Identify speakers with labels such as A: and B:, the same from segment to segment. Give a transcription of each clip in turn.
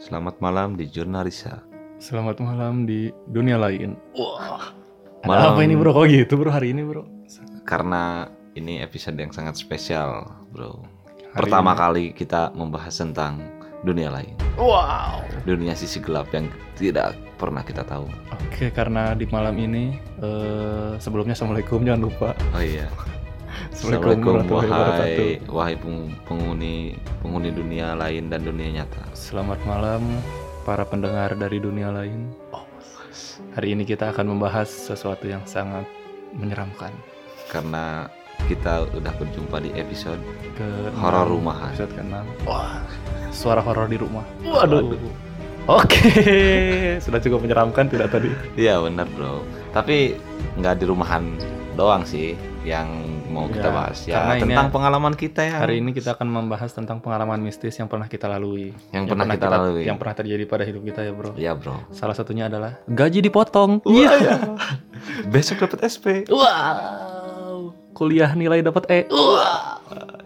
A: Selamat malam di Jurnalisa.
B: Selamat malam di dunia lain. Wah.
A: Malam.
B: Ada apa ini bro? Kok gitu bro hari ini bro? Hari
A: Karena ini episode yang sangat spesial, Bro. Pertama
B: ini.
A: kali kita membahas tentang dunia lain,
B: Wow.
A: dunia sisi gelap yang tidak pernah kita tahu.
B: Oke karena di malam ini eh, sebelumnya assalamualaikum jangan lupa.
A: Oh iya.
B: Assalamualaikum
A: Assalamualaikum wahai
B: warahmatullahi
A: wahai peng- penghuni penghuni dunia lain dan dunia nyata.
B: Selamat malam para pendengar dari dunia lain.
A: Oh.
B: Hari ini kita akan membahas sesuatu yang sangat menyeramkan.
A: Karena kita udah berjumpa di episode
B: Ke
A: horor rumahan.
B: Episode ke Wah. Suara horor di rumah.
A: Waduh.
B: Oke, sudah cukup menyeramkan tidak tadi?
A: Iya benar bro. Tapi nggak di rumahan doang sih yang mau kita
B: Ya,
A: bahas ya
B: karena ini-
A: tentang pengalaman kita ya. yang
B: Hari ini kita akan membahas tentang pengalaman mistis yang pernah kita lalui.
A: yang, pernah, kita, lalui.
B: Yang pernah terjadi pada hidup kita ya bro.
A: Iya bro.
B: Salah satunya adalah gaji dipotong.
A: Iya. Besok dapat SP.
B: Wow. Kuliah nilai dapat E.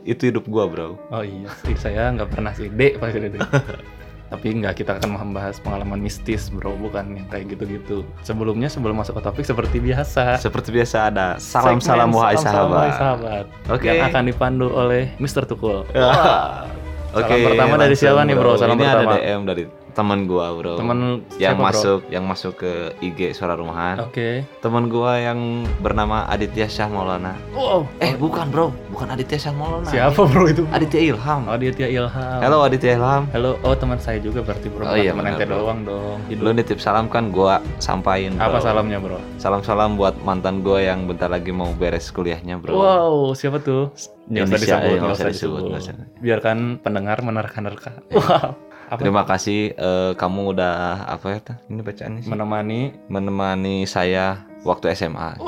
A: Itu hidup gua bro.
B: Oh iya, sih saya nggak pernah sih D pasti D. Tapi nggak kita akan membahas pengalaman mistis bro, bukan yang kayak gitu-gitu. Sebelumnya sebelum masuk ke topik seperti biasa.
A: Seperti biasa ada salam salam
B: segmen
A: wahai
B: Salam-salam wahai
A: sahabat.
B: sahabat.
A: Oke.
B: Yang akan dipandu oleh Mr. Tukul.
A: Oke.
B: Salam pertama dari
A: langsung,
B: siapa nih, bro? Salam
A: ini
B: pertama.
A: ada DM dari teman gua bro.
B: Teman
A: yang
B: siapa, bro? Oh.
A: masuk yang masuk ke IG suara rumahan.
B: Oke.
A: Teman gua yang bernama Aditya Syah Maulana.
B: Wow.
A: Eh bukan bro, bukan Aditya Syah Maulana.
B: Siapa bro itu?
A: Aditya Ilham.
B: Oh dia Tia Ilham.
A: Nah. Halo Aditya Ilham.
B: Halo, oh teman saya juga berarti bro.
A: Oh
B: Bukan
A: iya,
B: teman
A: benar,
B: ente
A: bro.
B: doang dong.
A: Lu nitip salam kan gua sampain.
B: Apa
A: bro.
B: salamnya bro?
A: Salam-salam buat mantan gua yang bentar lagi mau beres kuliahnya, Bro.
B: Wow, siapa tuh?
A: Indonesia,
B: Nggak usah disebut,
A: eh,
B: nggak
A: nggak usah disebut,
B: usah disebut.
A: nggak usah. Iya.
B: Biarkan pendengar menerka-nerka. Wow. Apa
A: Terima kasih eh, kamu udah apa ya? Tah? Ini bacaannya sih.
B: menemani
A: menemani saya waktu SMA.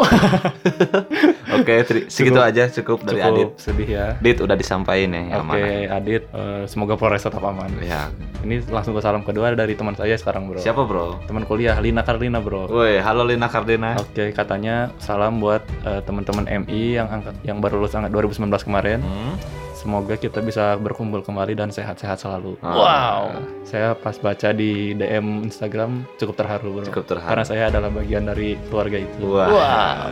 A: Oke, tri- segitu
B: Cukup.
A: aja cukup dari Adit.
B: cukup sedih ya.
A: Adit udah disampaikan ya, yang
B: Oke, Adit, eh, semoga Polres tetap aman.
A: mana. Ya.
B: Ini langsung ke salam kedua dari teman saya sekarang, Bro.
A: Siapa, Bro?
B: Teman kuliah Lina Karlina, Bro.
A: Woi, halo Lina Kardena.
B: Oke, katanya salam buat eh, teman-teman MI yang angka- yang baru lulus angka 2019 kemarin.
A: Hmm?
B: Semoga kita bisa berkumpul kembali dan sehat-sehat selalu.
A: Ah.
B: Saya pas baca di DM Instagram cukup terharu, Bro.
A: Cukup terharu.
B: Karena saya adalah bagian dari keluarga itu.
A: Wah.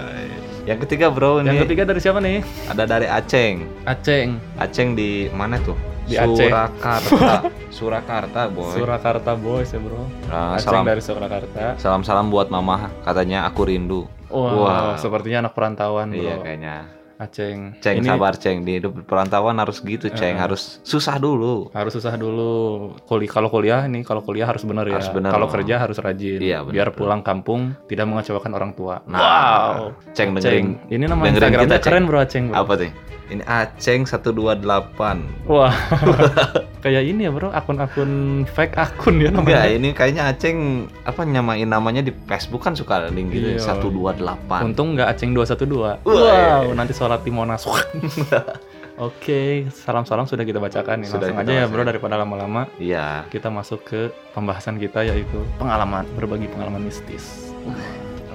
A: Yang ketiga, Bro, ini
B: Yang ketiga dari siapa nih?
A: ada dari Aceng.
B: Aceng,
A: Aceng di mana tuh?
B: Di Aceh.
A: Surakarta. Surakarta, boy.
B: Surakarta Boys ya, Bro.
A: Nah,
B: Aceng
A: salam
B: dari Surakarta.
A: salam salam buat mama. Katanya aku rindu. Wah.
B: Wah, sepertinya anak perantauan, Bro.
A: Iya kayaknya.
B: Aceng.
A: Ceng
B: Ini Eh.
A: sabar Ceng di hidup perantauan harus gitu Ceng harus susah dulu.
B: harus susah dulu. Kuli kalau kuliah nih, kalau kuliah harus benar ya.
A: Harus benar,
B: Kalau
A: Bro.
B: kerja harus rajin.
A: Iya, benar,
B: Biar
A: Bro.
B: pulang kampung tidak mengecewakan orang tua.
A: Nah, Ceng dengerin
B: Aceng. Ini nama
A: dengerin
B: Instagramnya
A: kita, Ceng.
B: keren, Bro, Aceng. Bro.
A: apa tuh? Ini Aceng 128.
B: Wah, kayak ini ya bro, akun-akun fake akun ya
A: Enggak, iya,
B: namanya.
A: ini kayaknya Aceng apa nyamain namanya di Facebook kan suka link gitu
B: Iya.
A: 128.
B: Untung nggak aceng 212.
A: Wah. iya,
B: Wow, nanti sholat di Monas. Oke, salam-salam sudah kita bacakan nih.
A: Sudah
B: Langsung
A: kita
B: aja ya
A: bacakan.
B: bro, daripada lama-lama
A: Iya.
B: kita masuk ke pembahasan kita yaitu pengalaman, berbagi pengalaman mistis.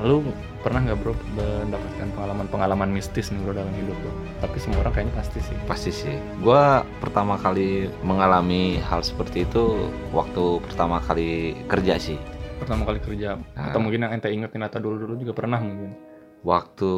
B: Lu pernah nggak bro mendapatkan pengalaman-pengalaman mistis nih bro dalam hidup lo? Tapi semua orang kayaknya pasti sih.
A: Pasti sih. Gua pertama kali mengalami hal seperti itu waktu pertama kali kerja sih.
B: Pertama kali kerja,
A: Ah.
B: atau mungkin yang ente ingetin atau dulu-dulu juga pernah mungkin.
A: waktu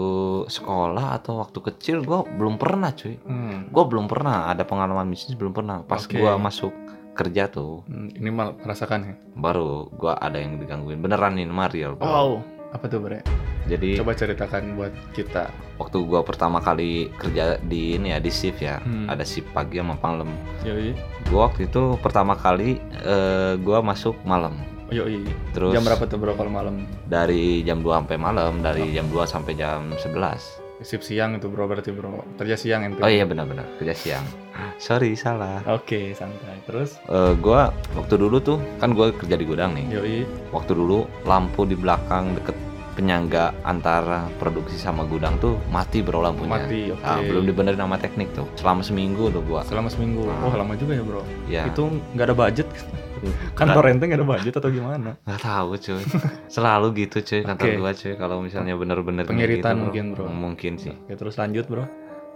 A: sekolah atau waktu kecil gue belum pernah cuy
B: Hmm.
A: gue belum pernah ada pengalaman bisnis belum pernah pas
B: Oke.
A: gua masuk kerja tuh
B: Hmm, ini mal merasakan ya.
A: baru gua ada yang digangguin beneran ini mah real bro.
B: Wow, Oh. apa tuh bre?
A: jadi
B: Coba ceritakan buat kita.
A: waktu gua pertama kali kerja di ini ya di shift ya
B: Hmm.
A: ada shift pagi sama malam
B: Yoi,
A: gua waktu itu pertama kali eh, gua masuk malam
B: yoi.
A: terus
B: Jam berapa tuh bro kalau malam?
A: dari jam 2 sampai malam dari jam 2 sampai jam 11
B: Sip siang itu bro berarti bro. Kerja siang itu.
A: oh iya benar-benar kerja siang sorry salah
B: Oke, santai. Terus,
A: Eh, gua waktu dulu tuh kan gua kerja di gudang nih
B: yoi.
A: waktu dulu lampu di belakang deket penyangga antara produksi sama gudang tuh mati bro lampunya
B: Mati, oke.
A: Ah, belum dibenerin sama teknik tuh selama seminggu tuh gua
B: Selama seminggu.
A: Ah.
B: Oh, lama juga ya bro.
A: ya
B: Itu nggak ada budget. Kantor ente nggak ada budget atau gimana?
A: nggak tahu cuy selalu gitu cuy kantor
B: Oke.
A: gua cuy kalau misalnya bener-bener kayak
B: Pengiritan mungkin, bro. Iya.
A: mungkin sih
B: Oke, terus lanjut bro.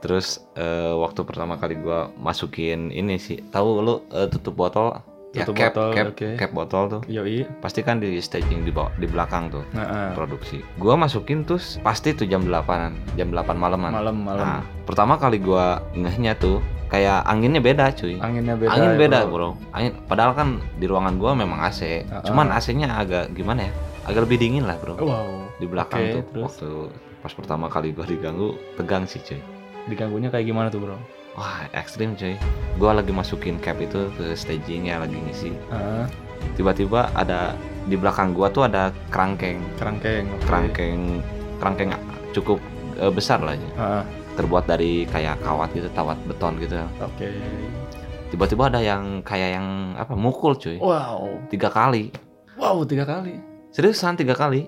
A: terus eh, waktu pertama kali gua masukin ini sih tahu lu eh, tutup botol ya
B: Tutup
A: cap
B: botol,
A: cap
B: oke.
A: cap botol tuh
B: Yoi.
A: pasti kan di staging di bawah di belakang tuh
B: Nah, ah,
A: produksi gua masukin terus pasti tuh jam 8an jam 8 malaman
B: malam malam.
A: Nah, pertama kali gua ngehnya tuh kayak anginnya beda cuy
B: Anginnya beda.
A: angin
B: ya,
A: beda bro. Angin padahal kan di ruangan gua memang AC.
B: Ah,
A: Cuman AC-nya agak gimana ya? Agak lebih dingin lah, Bro.
B: Wow.
A: Di belakang
B: oke,
A: tuh
B: terus?
A: waktu pas pertama kali gua diganggu, tegang sih, cuy.
B: Diganggunya kayak gimana tuh bro?
A: Wah, ekstrim cuy. Gua lagi masukin cap itu ke staging ya lagi ngisi.
B: Ah,
A: Tiba-tiba ada di belakang gua tuh ada kerangkeng.
B: kerangkeng. oke.
A: Kerangkeng kerangkeng cukup eh, besar lah ya.
B: Ah,
A: Terbuat dari kayak kawat gitu, kawat beton gitu.
B: oke.
A: Tiba-tiba ada yang kayak yang apa mukul cuy.
B: Wow.
A: Tiga kali.
B: Wow tiga kali.
A: Seriusan tiga kali.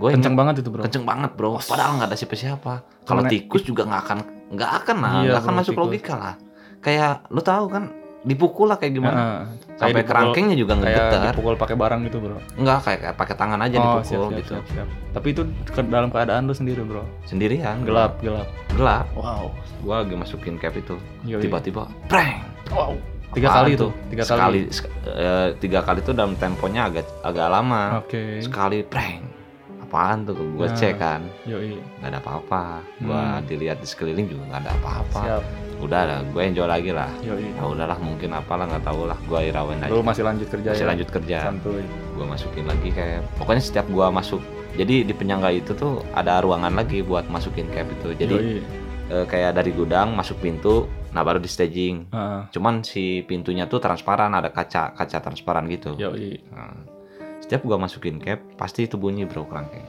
A: Gue
B: Kencang banget itu bro.
A: kenceng banget bro. Padahal nggak ada siapa-siapa. Kalau
B: Karena-
A: tikus juga nggak akan nggak akan lah,
B: Iya,
A: nggak akan
B: bro,
A: masuk
B: tikus.
A: logika lah. Kayak lu tahu kan dipukul lah kayak gimana.
B: Ah, kayak
A: Sampai
B: dipukul-
A: kerangkengnya juga
B: kayak
A: ngegetar.
B: dipukul pakai barang gitu bro. Oh,
A: Nggak kayak, kayak pakai tangan aja dipukul gitu.
B: siap, siap. Tapi itu ke dalam keadaan lu sendiri bro.
A: Sendirian.
B: Gelap gelap.
A: Gelap.
B: Wow.
A: Gue lagi masukin cap itu.
B: Yoi.
A: Tiba-tiba, preng.
B: Wow. Tiga
A: Apaan
B: kali
A: tuh?
B: itu. Tiga
A: sekali,
B: kali.
A: sek- eh, tiga kali tuh dalam temponya agak agak lama.
B: Oke.
A: Sekali preng. Apaan tuh? Gue
B: Nah.
A: cek kan.
B: Yoi.
A: nggak ada apa-apa gua
B: Hmm.
A: dilihat di sekeliling juga nggak ada apa-apa
B: Siap.
A: udah lah gue enjoy lagi lah
B: Yoi.
A: ya udahlah mungkin apalah nggak tahu lah gue irawan aja
B: Lu masih lanjut kerja
A: Nah, masih
B: ya?
A: lanjut kerja
B: Santuy.
A: gue masukin lagi kayak pokoknya setiap gua masuk jadi di penyangga itu tuh ada ruangan lagi buat masukin cap itu jadi
B: Yoi.
A: eh, kayak dari gudang masuk pintu nah baru di staging
B: Ah,
A: cuman si pintunya tuh transparan ada kaca kaca transparan gitu
B: yoi.
A: Nah, setiap gua masukin cap pasti itu bunyi bro kerangkeng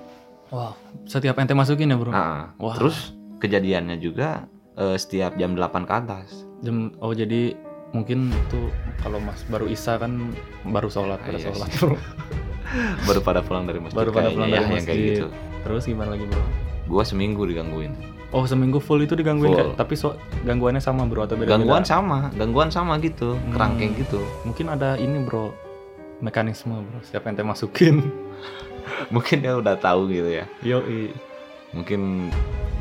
B: Wow. Setiap ente masukin ya bro?
A: nah
B: Wah.
A: terus kejadiannya juga eh, setiap jam 8 ke atas
B: Jam, oh jadi mungkin tuh kalau mas baru isa kan baru sholat
A: Ah,
B: baru
A: iya
B: sholat
A: sih.
B: bro.
A: baru pada pulang dari masjid
B: Baru pada
A: kayaknya
B: pulang
A: ya,
B: dari
A: yang kayak
B: masjid.
A: gitu
B: Terus gimana lagi bro?
A: gua seminggu digangguin
B: Oh seminggu full itu digangguin
A: Full.
B: Kak? tapi so, gangguannya sama bro atau beda-beda?
A: gangguan sama gangguan sama gitu
B: Hmm.
A: kerangkeng gitu
B: Mungkin ada ini bro mekanisme bro setiap ente masukin.
A: mungkin dia udah tahu gitu ya
B: Yoi.
A: mungkin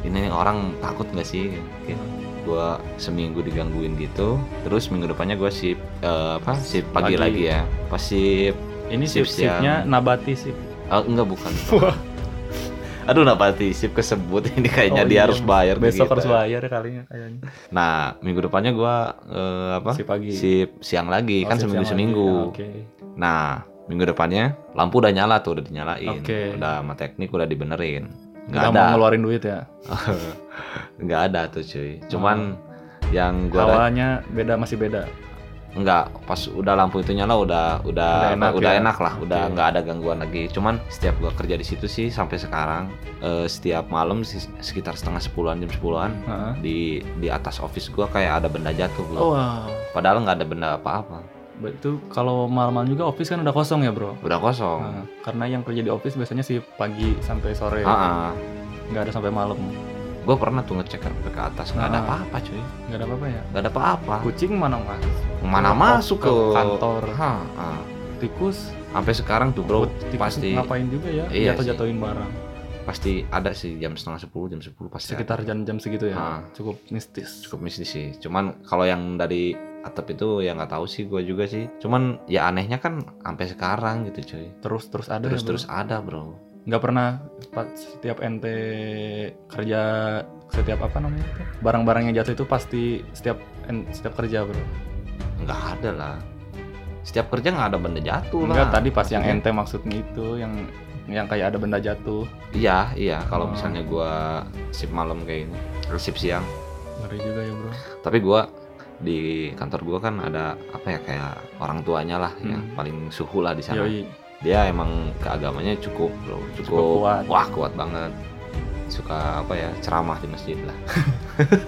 A: ini orang takut nggak sih mungkin gua seminggu digangguin gitu terus minggu depannya gua sip eh, apa sip pagi,
B: Pagi.
A: lagi ya pas sip
B: Ini
A: Sip,
B: sip sipnya nabati sip.
A: eh, enggak bukan
B: Wah.
A: aduh napati sip kesebut ini kayaknya
B: Oh,
A: dia
B: iya,
A: harus bayar tuh
B: Besok
A: kita.
B: harus bayar ya kalinya kayaknya.
A: nah minggu depannya gua eh, apa
B: Sip pagi.
A: sip siang lagi
B: Oh,
A: kan
B: sip
A: seminggu
B: siang lagi.
A: seminggu
B: Ah, Oke.
A: Nah, minggu depannya lampu udah nyala tuh, udah dinyalain.
B: Oke.
A: Udah sama teknik udah dibenerin. Nggak
B: Udah
A: ada.
B: mau ngeluarin duit ya.
A: Nggak ada tuh, cuy. Cuman
B: Ah.
A: yang gua ra-
B: Awalnya beda masih beda.
A: nggak pas udah lampu itu nyala udah udah
B: Udah
A: udah
B: enak
A: enak,
B: ya?
A: lah, udah
B: Oke.
A: nggak ada gangguan lagi. Cuman setiap gua kerja di situ sih sampai sekarang eh, setiap malam sih sekitar setengah sepuluhan jam sepuluhan
B: Heeh.
A: di di atas office gua kayak ada benda jatuh bro.
B: Oh, wow.
A: Padahal nggak ada benda apa-apa.
B: Ba- Itu kalau malam-malam juga office kan udah kosong ya, Bro?
A: Udah kosong.
B: Nah, karena yang kerja di office biasanya sih pagi sampai sore,
A: Heeh.
B: nggak ada sampai malam,
A: Gua pernah tuh ngecek sampai ke atas nggak ada
B: Ah.
A: apa-apa cuy.
B: nggak ada apa-apa ya.
A: Nggak ada apa-apa.
B: Kucing mana mas?
A: mana
B: Ke-
A: masuk
B: ke
A: ke
B: kantor.
A: Ha, ha.
B: Tikus,
A: sampai sekarang tuh bro
B: but- tikus
A: pasti
B: ngapain juga ya?
A: Iya
B: Jatuh jatuhin barang.
A: pasti ada sih jam setengah sepuluh jam sepuluh pasti ada.
B: Sekitar jam-jam segitu ya,
A: Ah.
B: cukup mistis.
A: cukup mistis sih cuman kalau yang dari atap itu ya nggak tahu sih gue juga sih cuman ya anehnya kan sampai sekarang gitu cuy
B: Terus terus ada.
A: terus
B: ya,
A: terus
B: Bro?
A: ada bro
B: Nggak pernah pa- setiap ente kerja setiap apa namanya itu? barang-barang yang jatuh itu pasti setiap en- setiap kerja bro
A: nggak ada lah setiap kerja nggak ada benda jatuh
B: Enggak
A: lah Iya,
B: tadi pas yang
A: Maksudnya-
B: ente maksudnya itu yang yang kayak ada benda jatuh.
A: iya iya kalau
B: Hmm.
A: misalnya gue sip malam kayak ini terus sip siang
B: Ngeri juga ya, Bro.
A: tapi gua di kantor gua kan ada apa ya kayak orang tuanya lah yang
B: Hmm.
A: paling suhu lah di sana
B: Yoi.
A: dia emang keagamannya cukup bro cukup,
B: Cukup kuat.
A: wah kuat banget suka apa ya ceramah di masjid lah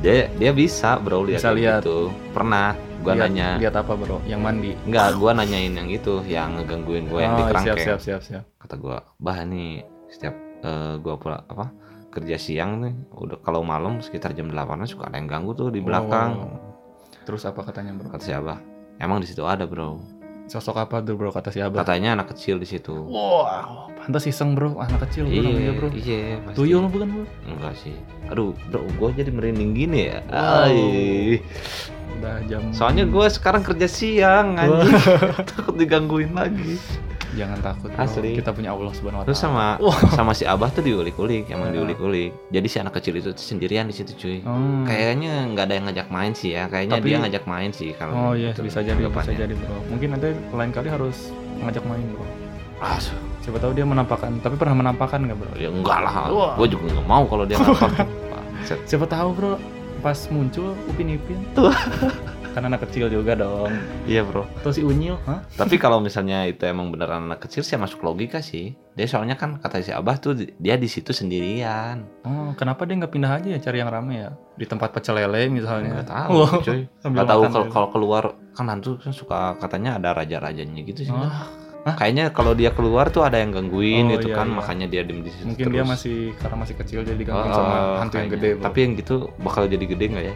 A: dia dia bisa bro lihat
B: Bisa lihat.
A: itu pernah gua
B: Lihat-
A: nanya
B: Lihat apa, Bro? Yang mandi.
A: nggak gua nanyain yang itu yang ngegangguin gua yang di
B: Oh, siap,
A: kerangkeng
B: siap, siap, siap.
A: kata gua bah nih setiap eh, gua pula apa kerja siang nih udah kalau malam sekitar jam 8 suka ada yang
B: Oh,
A: ganggu tuh di belakang
B: Terus apa katanya, Bro?
A: kata si abah emang di situ ada bro
B: Sosok apa tuh bro kata si Abah?
A: Katanya anak kecil di situ.
B: Wow, pantas iseng bro, anak kecil bro namanya bro.
A: iya. pasti.
B: Tuyul bukan bro?
A: Enggak sih. Aduh, bro, gue jadi merinding gini ya.
B: Wow.
A: Ai.
B: Udah jam.
A: Soalnya gue sekarang kerja siang, anjing. Takut digangguin lagi.
B: jangan takut bro.
A: Asli.
B: Kita punya Allah subhanahu wa
A: Terus
B: taala.
A: sama
B: Wah.
A: sama si Abah tuh diulik-ulik, emang
B: Ya.
A: diulik-ulik. Jadi si anak kecil itu tuh sendirian di situ, cuy.
B: Hmm.
A: Kayaknya nggak ada yang ngajak main sih ya. Kayaknya
B: Tapi-
A: dia ngajak main sih kalau.
B: Oh iya
A: gitu,
B: bisa jadi bisa
A: anggapannya.
B: jadi bro. Mungkin nanti lain kali harus ngajak main bro.
A: Ah, su-
B: Siapa tahu dia menampakkan. Tapi pernah menampakkan nggak bro?
A: ya enggak lah.
B: Wah.
A: Gue juga nggak mau kalau dia nonton. Bangsat.
B: Siapa tahu bro pas muncul Upin Ipin.
A: Tuh.
B: Karena anak kecil juga dong.
A: Iya bro.
B: Atau si Unyil, hah?
A: Tapi kalau misalnya itu emang beneran anak kecil sih masuk logika sih. Dia soalnya kan kata si Abah tuh di- dia di situ sendirian.
B: Oh, kenapa dia nggak pindah aja ya cari yang rame ya? Di tempat pecel lele misalnya.
A: Nggak tahu,
B: Oh, iya. Wah,
A: cuy.
B: sambil
A: Nggak tahu
B: makan
A: kalau
B: lele.
A: kalau keluar kan hantu kan suka katanya ada raja-rajanya gitu sih. kan.
B: Ah,
A: Kayaknya kalau dia keluar tuh ada yang gangguin
B: Oh,
A: gitu
B: iya,
A: kan,
B: iya.
A: makanya dia diem di situ
B: mungkin
A: terus.
B: dia masih karena masih kecil jadi digangguin
A: Oh,
B: sama hantu yang
A: kayaknya.
B: gede. Bro.
A: Tapi yang gitu bakal jadi gede nggak ya?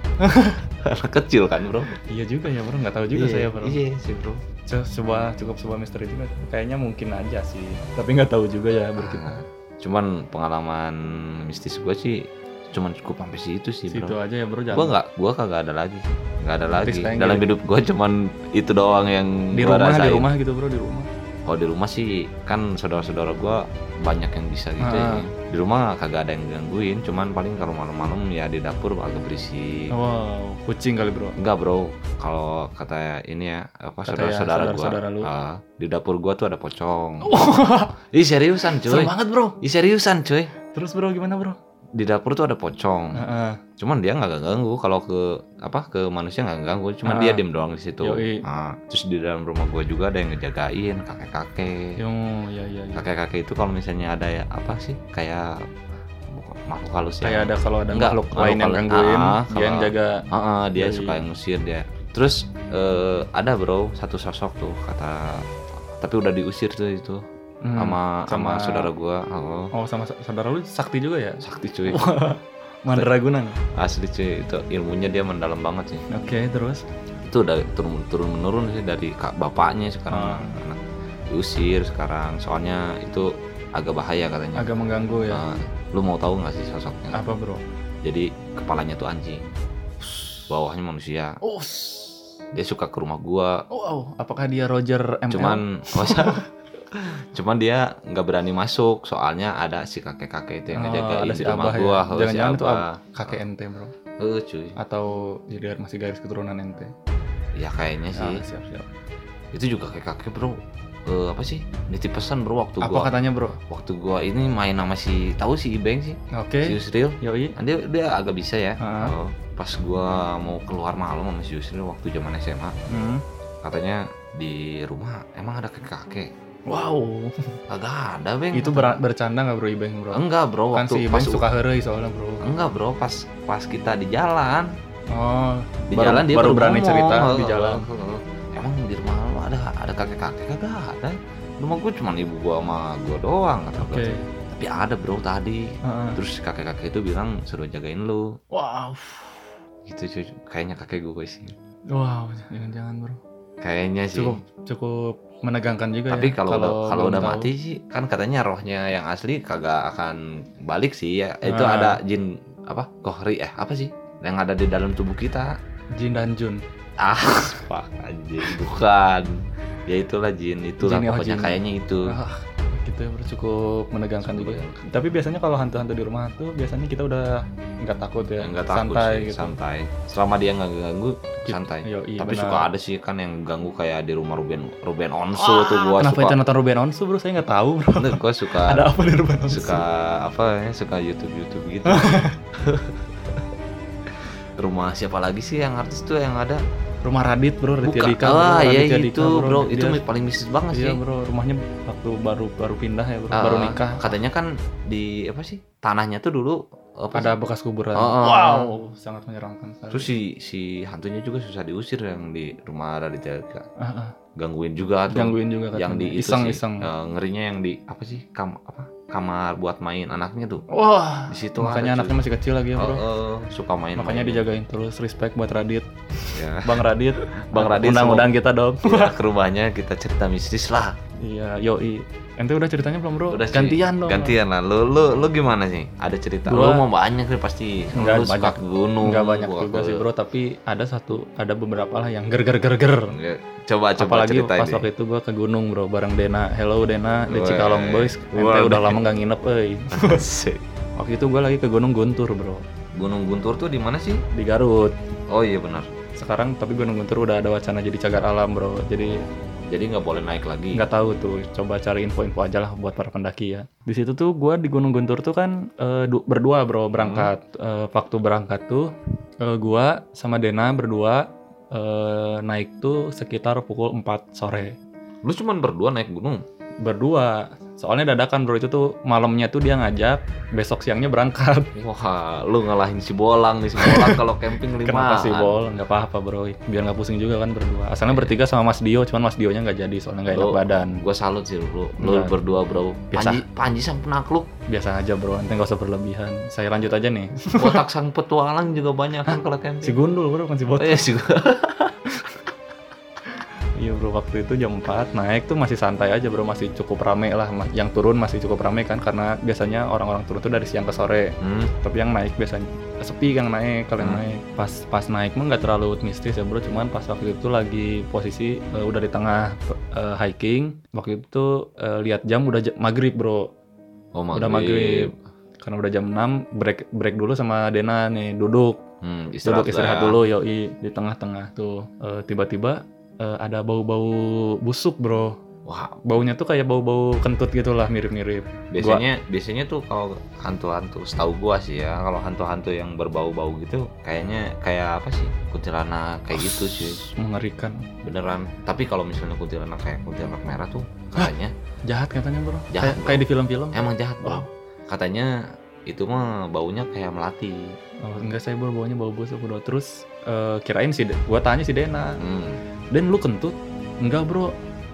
A: Anak kecil kan bro?
B: iya juga ya bro, nggak tahu juga
A: Iya,
B: saya bro.
A: Iya sih bro.
B: Se- sebuah cukup sebuah misteri juga kayaknya mungkin aja sih tapi nggak tahu juga ya
A: Ah,
B: berkita
A: Cuman pengalaman mistis gue sih cuman cukup sampai situ sih
B: situ
A: iya, bro.
B: aja ya bro
A: Gue
B: jangan
A: nggak, gue kagak ada lagi, nggak ada
B: Mistis
A: lagi.
B: lain
A: Dalam
B: gitu.
A: hidup gue cuman itu doang yang
B: di
A: gua
B: rumah di
A: rasain.
B: rumah gitu bro di rumah
A: Kalau di rumah sih kan saudara-saudara gue banyak yang bisa gitu.
B: Ah.
A: ya. Di rumah kagak ada yang gangguin, cuman paling kalau malam-malam ya di dapur agak berisik.
B: wow kucing kali bro
A: Enggak bro, kalau kata ini ya apa
B: Kata ya,
A: saudara-saudara gua
B: saudara-saudara lu.
A: ah, di dapur gua tuh ada pocong. Ih seriusan
B: serem
A: cuy,
B: banget bro
A: ih seriusan cuy.
B: terus bro gimana bro
A: Di dapur tuh ada pocong,
B: Heeh.
A: cuman dia nggak ganggu kalau ke apa ke manusia nggak ganggu, cuman
B: Ah.
A: dia diem doang di situ.
B: Yoi.
A: Ah, terus di dalam rumah gua juga ada yang ngejagain kakek-kakek.
B: yo ya ya ya
A: Kakek-kakek itu kalau misalnya ada ya apa sih kayak makhluk halus ya.
B: kayak ada kalau ada
A: Enggak,
B: makhluk
A: kalau-
B: lain yang
A: kalau-
B: gangguin
A: ah,
B: dia yang
A: kalau-
B: jaga
A: Ah, ah, dia
B: Dari-
A: suka yang ngusir dia. Terus eh, ada bro satu sosok tuh kata tapi udah diusir tuh itu
B: Hmm.
A: sama sama
B: sama-
A: saudara gua. Oh,
B: oh sama sa- saudara lu sakti juga ya
A: sakti cuy.
B: mandragunan
A: Asli cuy itu ilmunya dia mendalam banget sih.
B: oke terus
A: Itu dari turun turun menurun sih dari kak bapaknya sekarang
B: Ah.
A: anak diusir sekarang soalnya itu agak bahaya katanya.
B: agak Ah. mengganggu ya
A: Ah, lu mau tahu nggak sih sosoknya?
B: apa bro
A: Jadi kepalanya tuh anjing, bawahnya manusia.
B: oh
A: Dia suka ke rumah gua,
B: wow Oh, apakah dia Roger ML
A: cuman cuman dia nggak berani masuk soalnya ada si kakek kakek itu yang
B: Oh,
A: ngejagain
B: ada
A: di
B: si
A: rumah
B: Abah ya.
A: gua Oh,
B: Jangan-jangan itu
A: Abah.
B: kakek ente bro
A: Eh, cuy
B: atau jadi masih garis keturunan ente
A: ya kayaknya sih
B: Ah, siap siap
A: itu juga kakek kakek bro Eh, apa sih nitip pesan bro waktu
B: apa kan?
A: gua
B: katanya bro
A: waktu gua ini main sama si tahu si ibeng sih
B: oke
A: si Yusril
B: yoi
A: Nah, dia dia agak bisa ya
B: Ah.
A: Oh, pas gua mau keluar malam sama si Yusril waktu zaman SMA
B: Hmm.
A: katanya di rumah emang ada kakek kakek
B: wow
A: agak ada beng
B: itu ber- bercanda nggak bro ibeng bro
A: enggak bro
B: kan
A: waktu
B: si ibeng
A: pas
B: suka herei soalnya bro
A: Enggak bro, pas pas kita di jalan,
B: oh
A: di
B: Baru-
A: jalan dia
B: baru
A: baru,
B: berani
A: ngomong.
B: cerita
A: Heeh,
B: di jalan.
A: heeh. Emang di rumah lu ada ada kakek kakek kagak ada. Rumah gue cuma ibu gua sama gua doang kata
B: oke
A: gua. Tapi ada bro tadi.
B: Heeh.
A: Terus kakek kakek itu bilang suruh jagain lu.
B: wow
A: Gitu cuy, kayaknya kakek gue sih.
B: wow jangan jangan bro
A: Kayaknya sih.
B: cukup cukup menegangkan juga
A: Tapi
B: ya
A: kalau udah- kalau
B: belum
A: udah
B: tahu.
A: mati sih kan katanya rohnya yang asli kagak akan balik sih ya. Itu
B: Ah.
A: ada jin apa? Kohri eh apa sih? Yang ada di dalam tubuh kita.
B: jin dan jun
A: Ah, fuck anjing. Bukan. Ya itulah jin, itulah
B: Jin, oh,
A: pokoknya
B: jin.
A: kayaknya itu. Iya.
B: ah, gitu ya bro cukup menegangkan juga ya.
A: Cukup
B: tapi biasanya kalau hantu-hantu di rumah tuh biasanya kita udah nggak takut ya
A: Enggak takut
B: santai
A: sih,
B: gitu
A: santai. Selama dia nggak ganggu,
B: Gitu.
A: santai.
B: Yoi,
A: Tapi
B: benar.
A: suka ada sih kan yang ganggu kayak di rumah Ruben Ruben Onsu tuh gua
B: Kenapa itu
A: suka.
B: nonton Ruben Onsu bro? Saya nggak tahu bro.
A: Bener, gua suka
B: Ada apa di Ruben Onsu?
A: suka apa ya suka YouTube YouTube gitu. rumah siapa lagi sih yang artis tuh yang ada?
B: Rumah Radit bro, Raditya
A: Buka.
B: Dika.
A: Ah,
B: bro.
A: ya
B: Raditya Dika,
A: itu, Bro. Itu
B: Dia-
A: paling mistis banget sih.
B: Iya bro, rumahnya waktu baru baru pindah ya bro,
A: Ah,
B: baru nikah.
A: Katanya kan di apa sih? Tanahnya tuh dulu apa
B: Ada
A: sih?
B: bekas kuburan.
A: Oh, oh.
B: Wow, sangat menyeramkan. sekali.
A: terus si si hantunya juga susah diusir yang di rumah Raditya Dika.
B: Ah, ah,
A: gangguin juga tuh
B: gangguin juga katanya.
A: yang di itu sih,
B: iseng-iseng.
A: eh, ngerinya yang di apa sih kam apa kamar buat main anaknya tuh di
B: Wah,
A: situ
B: makanya
A: ada,
B: anaknya
A: cuy.
B: masih kecil lagi ya,
A: Oh,
B: Bro.
A: eh, suka Iya, main
B: Makanya dijagain terus respect buat Radit.
A: ya.
B: Bang Radit,
A: Bang Radit
B: undang-undang kita dong.
A: Iya, ke rumahnya kita cerita mistis lah
B: Iya, yoi. Ente udah ceritanya belum, Bro?
A: udah sih.
B: Oh, gantian dong.
A: gantian lah lu lu lu gimana sih ada cerita
B: Gua-
A: lu mau banyak nih pasti Kan
B: Nggak
A: lu suka
B: banyak.
A: ke gunung
B: Enggak banyak
A: gua
B: juga
A: ke-
B: sih, Bro, tapi ada satu ada beberapa lah yang ger ger ger ger.
A: Ya, coba coba
B: Apalagi
A: ceritain
B: pas
A: deh.
B: waktu itu gua ke gunung, Bro, bareng Dena. Hello Dena,
A: Weh.
B: di Cikalong Boys. Ente
A: Wah,
B: udah
A: deh.
B: lama gak nginep, euy.
A: Asik.
B: Waktu itu gua lagi ke Gunung Guntur, Bro,
A: gunung guntur tuh di mana sih
B: di Garut.
A: oh iya benar
B: Sekarang tapi Gunung Guntur udah ada wacana jadi cagar alam, Bro. Jadi
A: jadi nggak boleh naik lagi
B: nggak tahu tuh coba cari info-info aja lah buat para pendaki ya di situ tuh gua di Gunung Guntur tuh kan eh, du- berdua bro berangkat Eh, waktu berangkat tuh eh, gua sama Dena berdua eh, naik tuh sekitar pukul 4 sore
A: lu cuman berdua naik gunung
B: berdua soalnya dadakan bro itu tuh malamnya tuh dia ngajak besok siangnya berangkat
A: wah lu ngalahin si bolang nih si bolang kalau camping lima
B: kenapa sih bol nggak apa-apa bro biar nggak pusing juga kan berdua asalnya bertiga sama Mas Dio cuman Mas Dio nya nggak jadi soalnya nggak enak
A: Lo-
B: badan
A: gue salut sih lu lu
B: Enggak.
A: berdua bro
B: Iya. Biasa.
A: Panji Panji sang penakluk
B: biasa aja bro nanti nggak usah berlebihan saya lanjut aja nih
A: botak sang petualang juga banyak kan kalau
B: si
A: camping
B: Gundul bro bukan si Botak
A: oh iya sih
B: Iya bro, waktu itu jam 4 naik tuh masih santai aja bro, masih cukup rame lah. Ma- Yang turun masih cukup rame kan, karena biasanya orang-orang turun tuh dari siang ke sore.
A: hmm,
B: Tapi yang naik biasanya sepi yang naik, kalau yang
A: Hmm.
B: naik. Pas pas naik mah nggak terlalu mistis ya bro, cuman pas waktu itu lagi posisi eh, udah di tengah eh, hiking. Waktu itu eh, lihat jam udah ja- maghrib bro,
A: oh
B: udah maghrib. Karena udah jam 6, break break dulu sama Dena nih, duduk
A: hmm, istirahat,
B: duduk istirahat
A: lah.
B: dulu yoi di tengah-tengah tuh Eh, tiba-tiba eh, ada bau-bau busuk bro
A: wah
B: baunya tuh kayak bau-bau kentut gitu lah mirip-mirip
A: biasanya biasanya tuh kalau hantu-hantu setahu gua sih ya kalau hantu-hantu yang berbau-bau gitu kayaknya kayak apa sih kuntilanak kayak gitu sih
B: mengerikan
A: beneran tapi kalau misalnya kuntilanak kayak kuntilanak merah tuh katanya
B: jahat katanya bro
A: Jahat,
B: kayak,
A: bro.
B: kayak di film-film
A: emang jahat
B: Wow.
A: bro katanya itu mah baunya kayak melati
B: oh, enggak saya bro baunya bau busuk bro terus eh, kirain sih gua tanya si Dena
A: hmm.
B: Den lu kentut enggak bro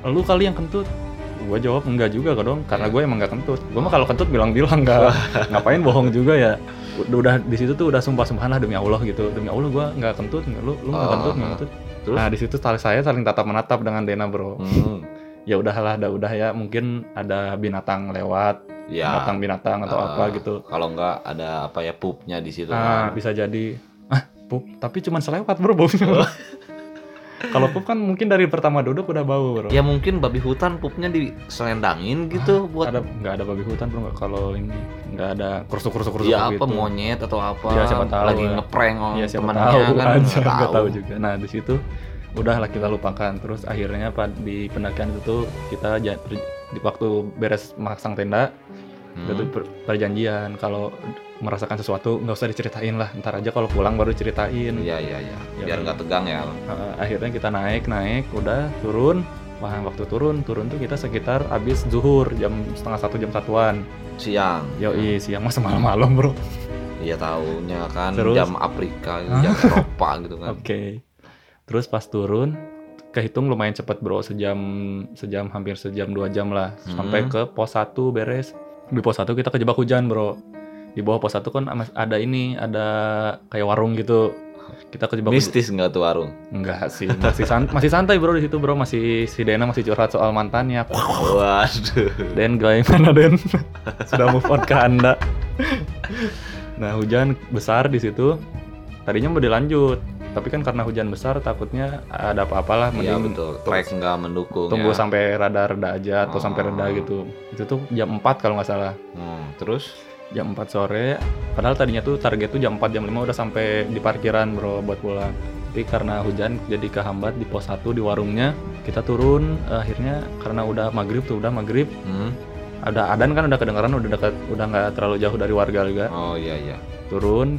B: lu kali yang kentut Iya. gua jawab enggak juga kok dong karena gue emang enggak kentut gue mah kalau kentut bilang-bilang enggak ngapain bohong juga ya udah, udah di situ tuh udah sumpah-sumpahan lah demi Allah gitu demi Allah gua enggak kentut enggak lu lu enggak
A: Ah,
B: kentut enggak
A: ah.
B: kentut
A: Terus?
B: nah di situ tali saya saling tatap menatap dengan Dena bro
A: Hmm.
B: ya udahlah udah udah ya mungkin ada binatang lewat
A: ya
B: binatang-binatang atau
A: Ah.
B: apa gitu
A: kalau nggak ada apa ya pupnya di situ
B: nah
A: kan.
B: bisa jadi ah pup tapi cuman selewat bro baunya kalau pup kan mungkin dari pertama duduk udah bau bro
A: ya mungkin babi hutan pupnya diselendangin gitu buat
B: Ah, ada nggak ada babi hutan bro nggak kalau ini nggak ada kursu kursu kursu
A: ya apa monyet atau apa
B: gitu. Ya, siapa tahu
A: lagi
B: ya.
A: ngeprank sama
B: ya siapa
A: temennya
B: tahu
A: kan
B: kan
A: nggak
B: nggak tahu juga nah di situ udahlah kita lupakan terus akhirnya pa- di pendakian itu tuh kita ja- per- di waktu beres masang tenda
A: Hmm.
B: itu tuh per- perjanjian kalau merasakan sesuatu nggak usah diceritain lah ntar aja kalau pulang baru ceritain
A: Iya iya iya.
B: Ya,
A: Biar
B: bener.
A: nggak tegang ya.
B: Uh, akhirnya kita naik naik udah turun wah waktu turun turun tuh kita sekitar abis zuhur jam setengah satu jam satuan
A: Siang.
B: yoi siang masa malam malam bro
A: Iya tahunya kan
B: Terus?
A: jam Afrika, jam Eropa gitu kan.
B: Oke. Terus pas turun, kehitung lumayan cepat bro, sejam, sejam hampir sejam dua jam lah, sampai
A: Hmm.
B: ke pos 1 beres. Di pos 1 kita kejebak hujan bro. Di bawah pos 1 kan amas- ada ini, ada kayak warung gitu. Kita kejebak hujan.
A: Mistis nggak tuh warung?
B: Enggak sih, masih, san- masih santai bro di situ bro, masih si Dena masih curhat soal mantannya.
A: Waduh.
B: Den gimana Den? Sudah move on ke Anda. Nah, hujan besar di situ. Tadinya mau dilanjut, tapi kan karena hujan besar takutnya ada apa-apalah
A: Iya
B: mending
A: betul. Trek nggak mendukung.
B: tunggu
A: ya.
B: sampai rada-rada aja atau
A: Ah.
B: sampai reda gitu. Itu tuh jam 4 kalau nggak salah.
A: Hmm, terus?
B: Jam 4 sore. Padahal tadinya tuh target tuh jam 4 jam 5 udah sampai di parkiran, Bro, buat pulang. Tapi karena hujan jadi kehambat di pos 1 di warungnya. Kita turun eh, akhirnya karena udah maghrib tuh udah maghrib
A: Hmm?
B: ada adan kan udah kedengeran udah dekat udah nggak terlalu jauh dari warga juga
A: Oh iya iya.
B: turun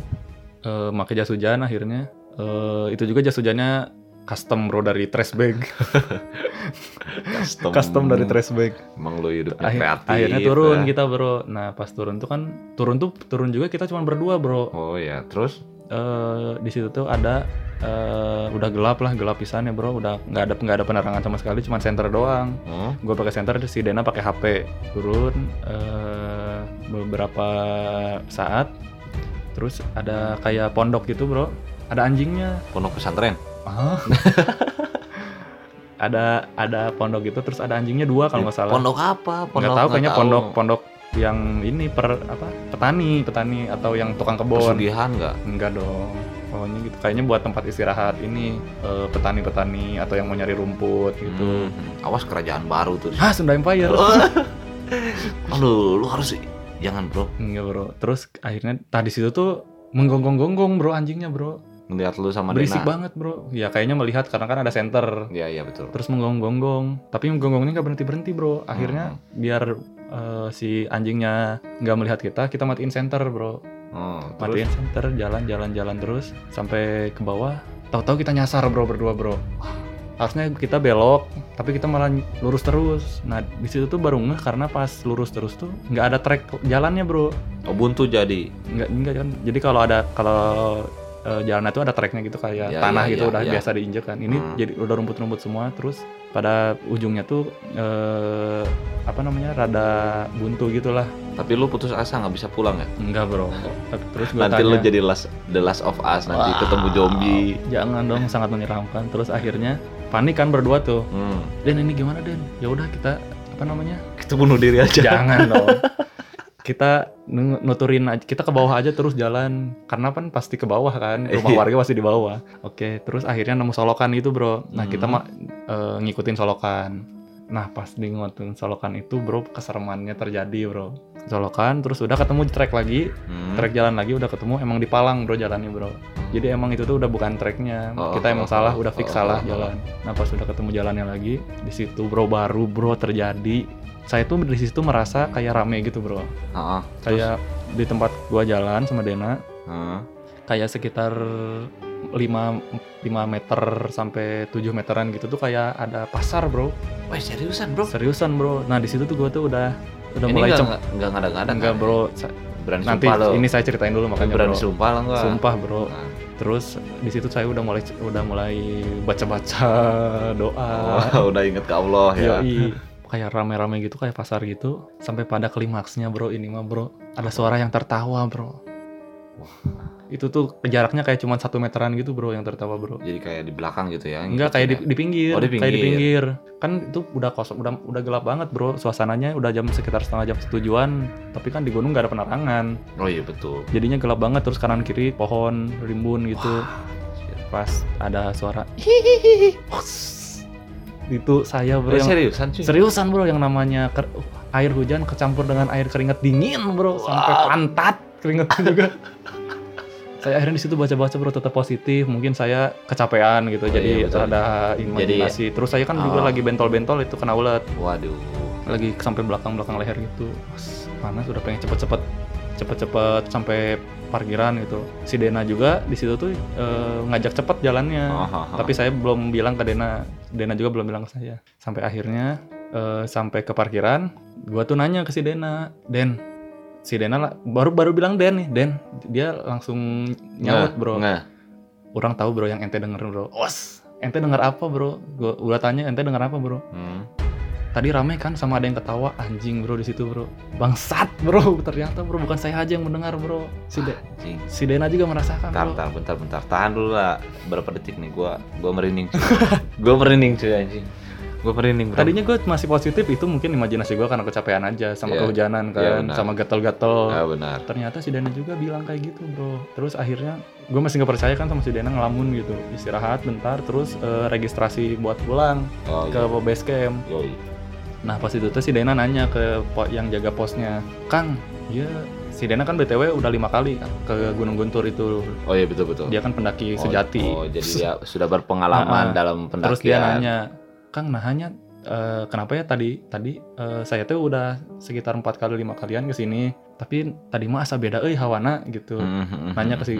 B: eh, pakai jas hujan akhirnya Eh, itu juga jas hujannya custom bro dari trash bag
A: custom,
B: custom dari trash bag
A: emang lu hidupnya
B: Akhir-
A: kreatif ya.
B: akhirnya turun
A: lah.
B: kita bro nah pas turun tuh kan turun tuh turun juga kita cuma berdua bro
A: oh ya terus
B: Eh, di situ tuh ada eh, udah gelap lah gelap pisan ya bro udah nggak ada nggak ada penerangan sama sekali cuma center doang
A: hmm,
B: gue pakai senter terus si Dena pakai HP turun eh, beberapa saat terus ada kayak pondok gitu bro ada anjingnya
A: pondok pesantren Ah.
B: ada ada pondok gitu terus ada anjingnya dua kalau nggak
A: Iya,
B: salah
A: pondok apa pondok
B: nggak tahu kayaknya
A: nggak tahu.
B: pondok pondok yang ini per apa petani petani atau yang tukang kebun
A: pesugihan nggak
B: enggak dong pokoknya gitu kayaknya buat tempat istirahat ini eh, petani-petani atau yang mau nyari rumput gitu
A: gitu awas kerajaan baru tuh
B: Hah, Sunda Empire
A: aduh lu harus jangan bro
B: Enggak bro, terus akhirnya tadi situ tuh menggonggong-gonggong bro anjingnya bro
A: ngeliat lu sama Dena
B: Berisik banget bro Ya kayaknya melihat karena kan ada senter
A: iya iya betul
B: Terus menggonggong-gonggong Tapi menggonggongnya nggak berhenti-berhenti bro Akhirnya
A: Hmm.
B: biar eh, si anjingnya nggak melihat kita Kita matiin senter bro
A: oh, terus
B: Matiin senter, jalan-jalan-jalan terus Sampai ke bawah Tahu-tahu kita nyasar bro berdua bro Harusnya kita belok, tapi kita malah lurus terus. Nah, di situ tuh baru ngeh karena pas lurus terus tuh nggak ada trek jalannya, bro.
A: Ubuntu jadi
B: Enggak, enggak kan. Jadi kalau ada kalau eh, jalannya itu ada treknya gitu kayak
A: Ya,
B: tanah
A: ya, ya,
B: gitu udah
A: ya.
B: biasa diinjek kan. Ini
A: Hmm.
B: jadi udah rumput-rumput semua terus pada ujungnya tuh eh, apa namanya rada buntu gitulah.
A: tapi lu putus asa nggak bisa pulang ya
B: Enggak bro. Terus gue
A: nanti
B: tanya,
A: lu jadi last, the last of us nanti
B: "Wow,
A: ketemu zombie
B: Jangan dong sangat menyeramkan. Terus akhirnya panik kan berdua tuh.
A: hmm.
B: Den ini gimana Den? Ya udah kita apa namanya?
A: kita bunuh diri aja
B: Jangan dong. Kita nu- nuturin aja, kita ke bawah aja terus jalan. Karena kan pasti ke bawah kan, rumah
A: Iya.
B: warga pasti di bawah. Oke, terus akhirnya nemu solokan itu, Bro. Nah, kita
A: Hmm.
B: ma- eh, ngikutin solokan. Nah, pas di ngikutin solokan itu, Bro, keseremannya terjadi, Bro. Solokan terus udah ketemu trek lagi,
A: Hmm.
B: trek jalan lagi udah ketemu emang di Palang, Bro, jalannya, Bro. Jadi emang itu tuh udah bukan treknya.
A: Oh,
B: kita emang
A: oh,
B: salah,
A: oh,
B: udah fix
A: oh,
B: salah
A: oh, oh.
B: jalan. Nah pas udah ketemu jalannya lagi, di situ bro baru bro terjadi. Saya tuh di situ merasa kayak rame gitu bro.
A: Ah, ah. Terus?
B: Kayak di tempat gua jalan sama Dena,
A: Hmm.
B: kayak sekitar 5, 5 meter sampai 7 meteran gitu tuh kayak ada pasar bro.
A: Wah seriusan bro?
B: Seriusan bro. Nah di situ tuh gua tuh udah udah
A: ini
B: mulai
A: nggak
B: cem.
A: nggak nggak ngada-ngada
B: Enggak
A: kan?
B: bro, Sa-
A: Berani
B: nanti
A: sumpah lo.
B: ini saya ceritain dulu makanya
A: berani
B: bro.
A: sumpah lo nggak?
B: Sumpah bro.
A: Nah.
B: Terus di situ saya udah mulai udah mulai baca-baca doa.
A: Oh, udah inget ke Allah ya.
B: Yoi. Kayak rame-rame gitu kayak pasar gitu sampai pada klimaksnya bro ini mah bro ada suara yang tertawa bro. Itu tuh jaraknya kayak cuma satu meteran gitu bro yang tertawa bro.
A: Jadi kayak di belakang gitu ya?
B: Enggak kayak di,
A: ngikutin
B: di pinggir,
A: Oh, di
B: kayak di
A: pinggir.
B: pinggir. Kan itu udah kosong, udah udah gelap banget bro. Suasananya udah jam sekitar setengah jam setujuan, tapi kan di gunung nggak ada penerangan.
A: ya? Oh iya betul.
B: Jadinya gelap banget terus kanan kiri pohon rimbun gitu. pas ada suara itu saya bro
A: Bro,
B: yang-
A: seriusan cuy?
B: seriusan bro yang namanya ker- air hujan kecampur dengan air keringat dingin bro sampai
A: Wah.
B: pantat keringatnya juga saya akhirnya di situ baca-baca bro tetap positif mungkin saya kecapean
A: Oh,
B: gitu jadi
A: iya, betul.
B: ada imajinasi terus saya kan juga
A: Oh.
B: lagi bentol-bentol itu kena ulet
A: Waduh.
B: lagi sampai belakang-belakang leher gitu Mas, panas udah pengen cepet-cepet cepet-cepet sampai parkiran gitu si Dena juga di situ tuh eh, ngajak cepet jalannya Nah,
A: Oh.
B: tapi saya belum bilang ke Dena Dena juga belum bilang ke saya sampai akhirnya eh, sampai ke parkiran gua tuh nanya ke si Dena Den si Dena lah- baru baru bilang Den nih Den dia langsung nyaut bro
A: Nah,
B: orang tahu bro yang ente dengerin bro os ente denger apa bro gua udah tanya ente denger apa bro
A: hmm.
B: tadi rame kan sama ada yang ketawa anjing bro di situ bro bangsat bro ternyata bro bukan saya aja yang mendengar bro si, De-
A: Anjing.
B: si Dena juga merasakan
A: Bentar,
B: bro
A: bentar, bentar, bentar. Tahan dulu lah. Berapa detik nih? Gua, gua merinding. cuy. gua merinding cuy anjing. Gua merinding. bro.
B: Tadinya gue masih positif itu mungkin imajinasi gue karena kecapean aja sama
A: Iya. Iya,
B: kehujanan kan,
A: benar.
B: sama gatel-gatel.
A: Ah, benar.
B: Ternyata si Dana juga bilang kayak gitu bro. Terus akhirnya gue masih nggak percaya kan sama si Dana ngelamun gitu, istirahat bentar, terus eh, registrasi buat pulang
A: Oh, iya.
B: ke base camp.
A: Yoi.
B: Nah pas itu tuh si Dana nanya ke po- yang jaga posnya, Kang, ya si Dana kan btw udah lima kali ke Gunung Guntur itu,
A: Oh iya betul betul.
B: dia kan pendaki
A: Oh,
B: sejati.
A: Oh, jadi dia sudah berpengalaman
B: Ah, ah.
A: dalam pendakian.
B: Terus dia nanya, Kang nahanya eh, kenapa ya tadi tadi eh, saya tuh udah sekitar empat kali lima kalian ke sini, tapi tadi mah asa beda euy hawana gitu.
A: Mhm. hmm.
B: Nanya ke si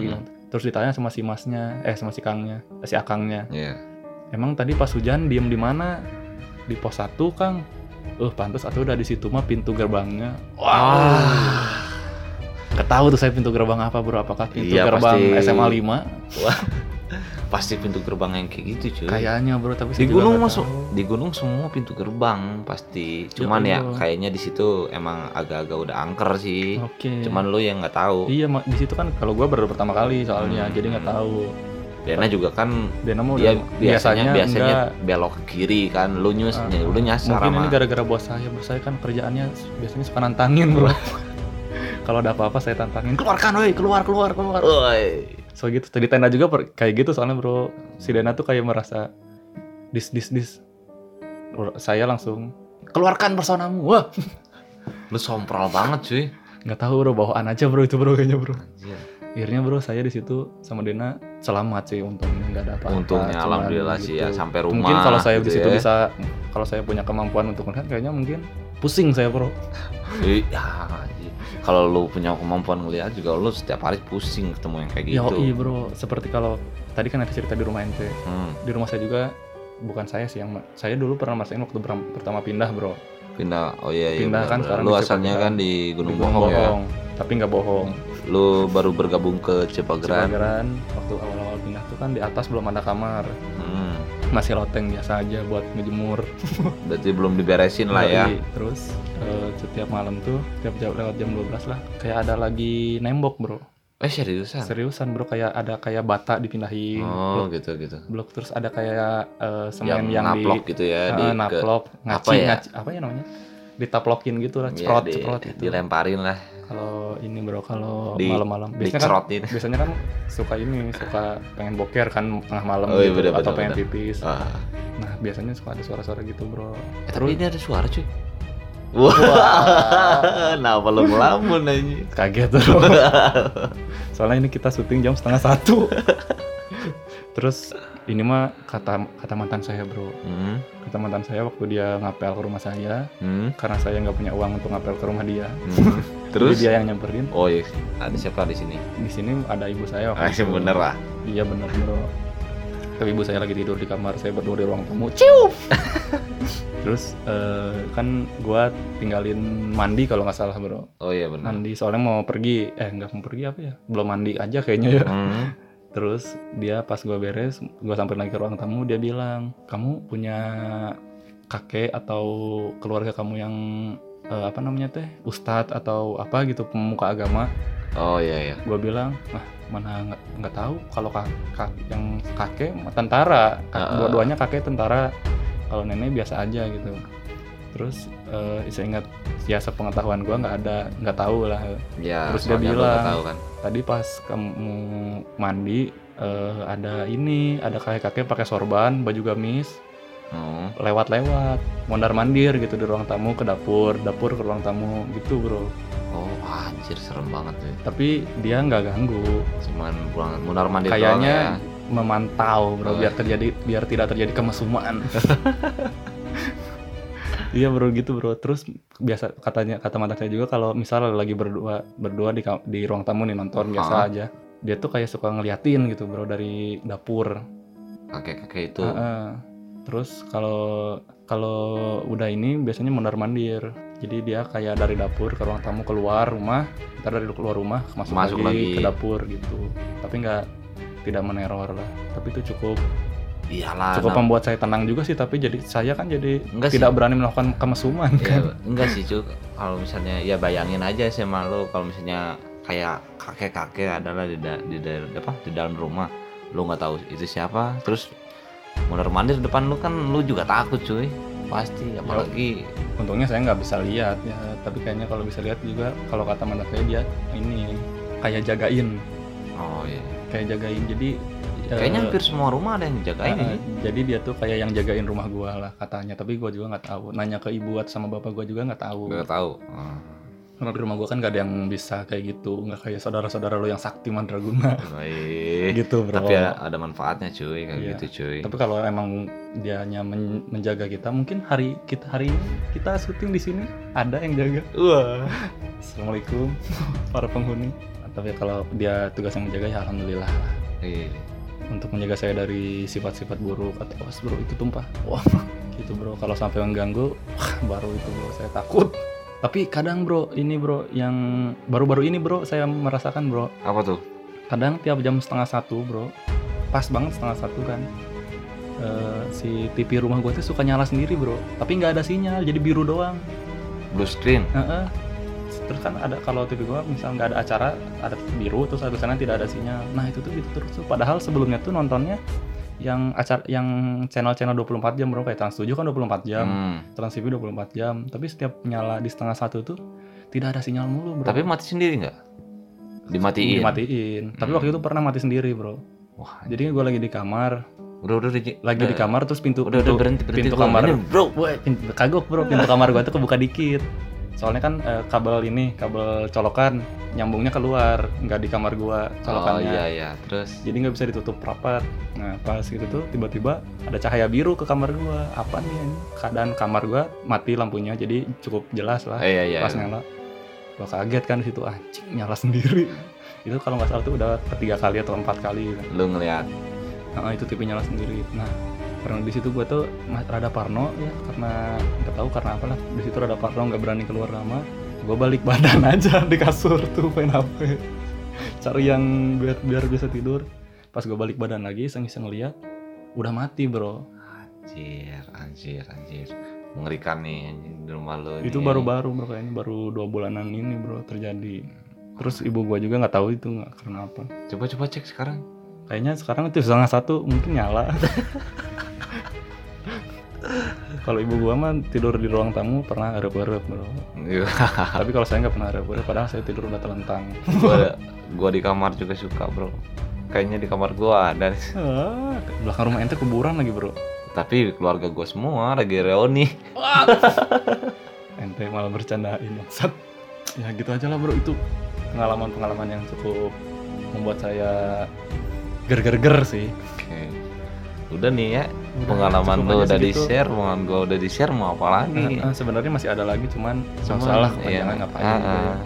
B: terus ditanya sama si masnya, eh sama si Kangnya, eh, si Akangnya.
A: Iya.
B: Emang tadi pas hujan diem di mana? Di pos 1, Kang. Eh, pantas atau udah di situ mah pintu gerbangnya.
A: Wah.
B: Nggak tahu tuh saya pintu gerbang apa, Bro. Apakah pintu
A: Iya,
B: gerbang
A: pasti.
B: SMA 5?
A: Wah. Pasti pintu gerbang yang kayak gitu cuy.
B: Kayaknya, Bro, tapi saya
A: di
B: juga
A: gunung
B: nggak
A: masuk
B: tahu.
A: di gunung semua pintu gerbang pasti cuman ya,
B: Allah.
A: kayaknya di situ emang agak-agak udah angker sih
B: Oke.
A: cuman lu yang nggak tahu
B: Iya, ma- di situ kan kalau gua baru pertama kali soalnya,
A: Hmm.
B: jadi nggak tahu.
A: Dena juga kan
B: Dan mau
A: dia biasanya biasanya,
B: Oh, iya. enggak.
A: belok ke kiri kan lu nyus
B: Ah.
A: lu nyasar
B: Mungkin
A: sama
B: ini gara-gara bos saya, bos saya kan kerjaannya biasanya suka nantangin, Bro. kalau ada apa-apa saya tantangin, keluarkan woi, keluar keluar keluar.
A: Woi.
B: So gitu, di tenda juga per- kayak gitu soalnya, Bro. Si Dana tuh kayak merasa dis dis dis. Bro, Saya langsung keluarkan personamu. Wah,
A: lu sompral banget cuy
B: nggak tahu bro bawaan aja bro itu bro kayaknya bro
A: Anjir.
B: akhirnya bro saya di situ sama Dena selamat sih untungnya nggak ada apa-apa
A: untungnya
B: Cuman
A: alhamdulillah sih ya
B: gitu.
A: sampai rumah
B: mungkin kalau saya di
A: gitu
B: situ
A: ya.
B: bisa kalau saya punya kemampuan untuk melihat kayaknya mungkin pusing saya bro
A: Ih, ah, anjir. kalau lu punya kemampuan ngelihat juga lu setiap hari pusing ketemu yang kayak
B: ya
A: gitu
B: iya bro seperti kalau tadi kan ada cerita di rumah ente
A: Hmm,
B: di rumah saya juga bukan saya sih yang saya dulu pernah merasain waktu beram- pertama pindah bro
A: pindah oh iya iya
B: Pindah
A: benar-benar.
B: kan sekarang
A: lu
B: di
A: asalnya
B: Cipageran.
A: kan di Gunung
B: Di
A: Bohong ya
B: tapi nggak bohong
A: lu baru bergabung ke Cipageran.
B: Cipageran waktu awal-awal pindah tuh kan di atas belum ada kamar
A: Hmm,
B: masih loteng biasa aja buat ngejemur
A: berarti belum diberesin lah ya.
B: Yoi. Terus eh, setiap malam tuh, tiap jam lewat jam 12 lah, kayak ada lagi nembok bro.
A: Eh seriusan?
B: Seriusan bro, kayak ada kayak bata dipindahin
A: Oh
B: blok,
A: gitu gitu.
B: blok. Terus ada kayak eh,
A: Yang,
B: semen yang, di
A: naplok gitu ya
B: eh,
A: di ke-
B: naplok, ngaci,
A: apa ya?
B: ngaci, apa ya namanya? Ditaplokin gitu lah,
A: ya,
B: ceprot,
A: di-
B: ceprot gitu.
A: dilemparin lah,
B: Kalau ini bro, kalau
A: Di-
B: malam-malam. Biasanya kan,
A: dicerotin.
B: biasanya kan suka ini, suka pengen boker kan tengah malam
A: Oh, iya,
B: gitu,
A: bener,
B: atau
A: bener,
B: pengen
A: bener.
B: pipis.
A: Ah.
B: Nah biasanya suka ada suara-suara gitu bro.
A: Eh, tapi ini ada suara cuy. Wah, kenapa lu melamun aja?
B: kaget bro soalnya ini kita syuting jam setengah satu terus ini mah kata kata mantan saya bro
A: Hmm,
B: kata mantan saya waktu dia ngapel ke rumah saya
A: hmm,
B: karena saya nggak punya uang untuk ngapel ke rumah dia
A: hmm. Terus?
B: Jadi dia yang nyamperin
A: Oh iya, ada siapa di sini?
B: di sini ada ibu saya waktu
A: Ah, sih
B: itu.
A: bener lah.
B: iya bener bro tapi ibu saya lagi tidur di kamar saya berdua di ruang tamu cium terus eh, kan gua tinggalin mandi kalau nggak salah bro
A: Oh iya bener.
B: mandi soalnya mau pergi eh nggak mau pergi apa ya belum mandi aja kayaknya ya
A: Hmm.
B: terus dia pas gue beres gue samperin lagi ke ruang tamu dia bilang kamu punya kakek atau keluarga kamu yang eh, apa namanya teh ustadz atau apa gitu pemuka agama
A: Oh iya iya.
B: gue bilang ah mana nggak nggak tahu kalau kak, kak- yang kakek mah tentara Kak-
A: Ah.
B: dua-duanya kakek tentara kalau nenek biasa aja gitu terus eh saya ingat ya sepengetahuan gue nggak ada nggak tahu lah
A: Ya,
B: Terus dia
A: soalnya lu nggak
B: bilang.
A: tahu kan.
B: tadi pas kamu mandi eh, ada ini ada kakek kakek pakai sorban baju gamis
A: Oh.
B: lewat lewat mondar mandir gitu di ruang tamu ke dapur dapur ke ruang tamu gitu bro
A: Oh, anjir serem banget ya.
B: tapi dia nggak ganggu
A: Cuman pulang mundar mandir doang ya.
B: kayaknya memantau bro
A: Oh.
B: biar terjadi biar tidak terjadi kemesumaan Iya bro gitu bro. Terus biasa katanya kata mata saya juga kalau misalnya lagi berdua berdua di kam- di ruang tamu nih nonton biasa
A: Ah.
B: aja. Dia tuh kayak suka ngeliatin gitu bro dari dapur.
A: kakek-kakek itu
B: Heeh. Terus kalau kalau udah ini biasanya mondar mandir. Jadi dia kayak dari dapur ke ruang tamu keluar rumah, ntar dari keluar rumah masuk,
A: Masuk lagi.
B: lagi, ke dapur gitu. Tapi nggak tidak meneror lah. Tapi itu cukup
A: iyalah
B: cukup
A: nam-
B: membuat saya tenang juga sih. Tapi jadi saya kan jadi
A: Ah, nah. Enggak
B: tidak
A: sih.
B: berani melakukan kemesuman
A: ya,
B: kan.
A: enggak sih cuy kalau misalnya ya bayangin aja sih sama lu kalau misalnya kayak kakek-kakek adalah di da- di da- apa di dalam rumah lu nggak tahu itu siapa terus mondar mandir depan lu kan lu juga takut cuy pasti apalagi
B: Untungnya saya nggak bisa lihat ya. Tapi kayaknya kalau bisa lihat juga kalau kata mandat saya dia ini kayak jagain,
A: oh iya
B: kayak jagain. Jadi eh,
A: kayaknya hampir semua rumah ada yang jagain Nah, ya. ini
B: Uh, jadi dia tuh kayak yang jagain rumah gua lah katanya, tapi gua juga nggak tahu. Nanya ke ibu at- sama bapak gua juga nggak tahu.
A: nggak tahu oh,
B: Karena di rumah gua kan gak ada yang bisa kayak gitu, nggak kayak saudara-saudara lo yang sakti mandraguna
A: baik.
B: gitu bro.
A: iya. tapi ya ada, ada manfaatnya cuy kayak
B: Iya.
A: gitu cuy
B: Tapi kalau emang dianya men- menjaga kita, mungkin hari kita hari ini kita syuting di sini ada yang jaga.
A: wah
B: Assalamualaikum para penghuni. Tapi kalau dia tugas yang menjaga ya alhamdulillah. lah.
A: Iya.
B: untuk menjaga saya dari sifat-sifat buruk atau awas bro itu tumpah wah gitu bro kalau sampai mengganggu wah, baru itu bro saya takut tapi kadang bro ini bro yang baru-baru ini bro saya merasakan bro
A: Apa tuh?
B: kadang tiap jam setengah satu bro pas banget setengah satu kan Eh, si TV rumah gue tuh suka nyala sendiri bro tapi nggak ada sinyal jadi biru doang
A: Blue screen.
B: Heeh. terus kan ada kalau TV gua misal nggak ada acara ada biru terus ada sana tidak ada sinyal nah itu tuh gitu terus tuh. padahal sebelumnya tuh nontonnya yang acara yang channel-channel 24 jam bro kayak Trans 7 kan 24 jam
A: Hmm.
B: Trans TV 24 jam tapi setiap nyala di setengah satu tuh tidak ada sinyal mulu bro
A: Tapi mati sendiri nggak? Dimatiin.
B: dimatiin tapi
A: Hmm.
B: waktu itu pernah mati sendiri bro
A: Wah,
B: jadi gua lagi di kamar
A: udah udah udah-
B: lagi di kamar terus pintu
A: Udah udah
B: pintu-
A: berhenti berhenti
B: pintu
A: gua.
B: kamar.
A: Ini, bro.
B: Wah, pintu- kagok bro, pintu kamar gua tuh kebuka dikit. Soalnya kan eh, kabel ini, kabel colokan nyambungnya keluar, nggak di kamar gua
A: Oh
B: colokannya.
A: iya iya. Terus
B: Jadi nggak bisa ditutup rapat. Nah pas gitu tuh tiba-tiba ada cahaya biru ke kamar gua. Apa nih ini? Keadaan kamar gua mati lampunya, jadi cukup jelas lah.
A: Ah, iya iya.
B: Pas nyala, gua kaget kan di situ anjing nyala sendiri. itu kalau nggak salah tuh udah ketiga kali atau empat kali.
A: Lu ngeliat.
B: Nah, itu tipe nyala sendiri. Nah, karena di situ gue tuh ma- rada parno ya karena nggak tahu karena apalah di situ rada parno nggak berani keluar lama gue balik badan aja di kasur tuh main HP cari yang biar biar bisa tidur pas gue balik badan lagi iseng iseng ngeliat udah mati bro
A: Anjir, anjir, anjir. Mengerikan nih anjir, di rumah lu.
B: itu
A: nih.
B: baru baru bro kayaknya baru dua bulanan ini bro terjadi terus ibu gue juga nggak tahu itu nggak karena apa
A: Coba coba cek sekarang.
B: Kayaknya sekarang itu setengah satu mungkin nyala. kalau ibu gua mah tidur di ruang tamu pernah erup-erup bro.
A: Iya.
B: Tapi kalau saya nggak pernah erup-erup, padahal saya tidur udah telentang.
A: gua, gua di kamar juga suka, bro. Kayaknya di kamar gua dan
B: Ah, belakang rumah ente kuburan lagi bro.
A: tapi keluarga gua semua lagi reuni.
B: Ente malah bercandain maksud. Ya gitu aja lah bro itu pengalaman-pengalaman yang cukup membuat saya ger-ger-ger sih.
A: Oke. Udah nih ya,
B: Udah,
A: pengalaman
B: cukup
A: lu
B: aja
A: udah
B: segitu.
A: di-share, pengalaman gua udah di-share mau apa lagi?
B: Eh, eh, Sebenarnya masih ada lagi cuman
A: Iya. Cuman,
B: masalah
A: iya,
B: kepanjangan ngapain
A: ah,
B: gitu ya.
A: ah.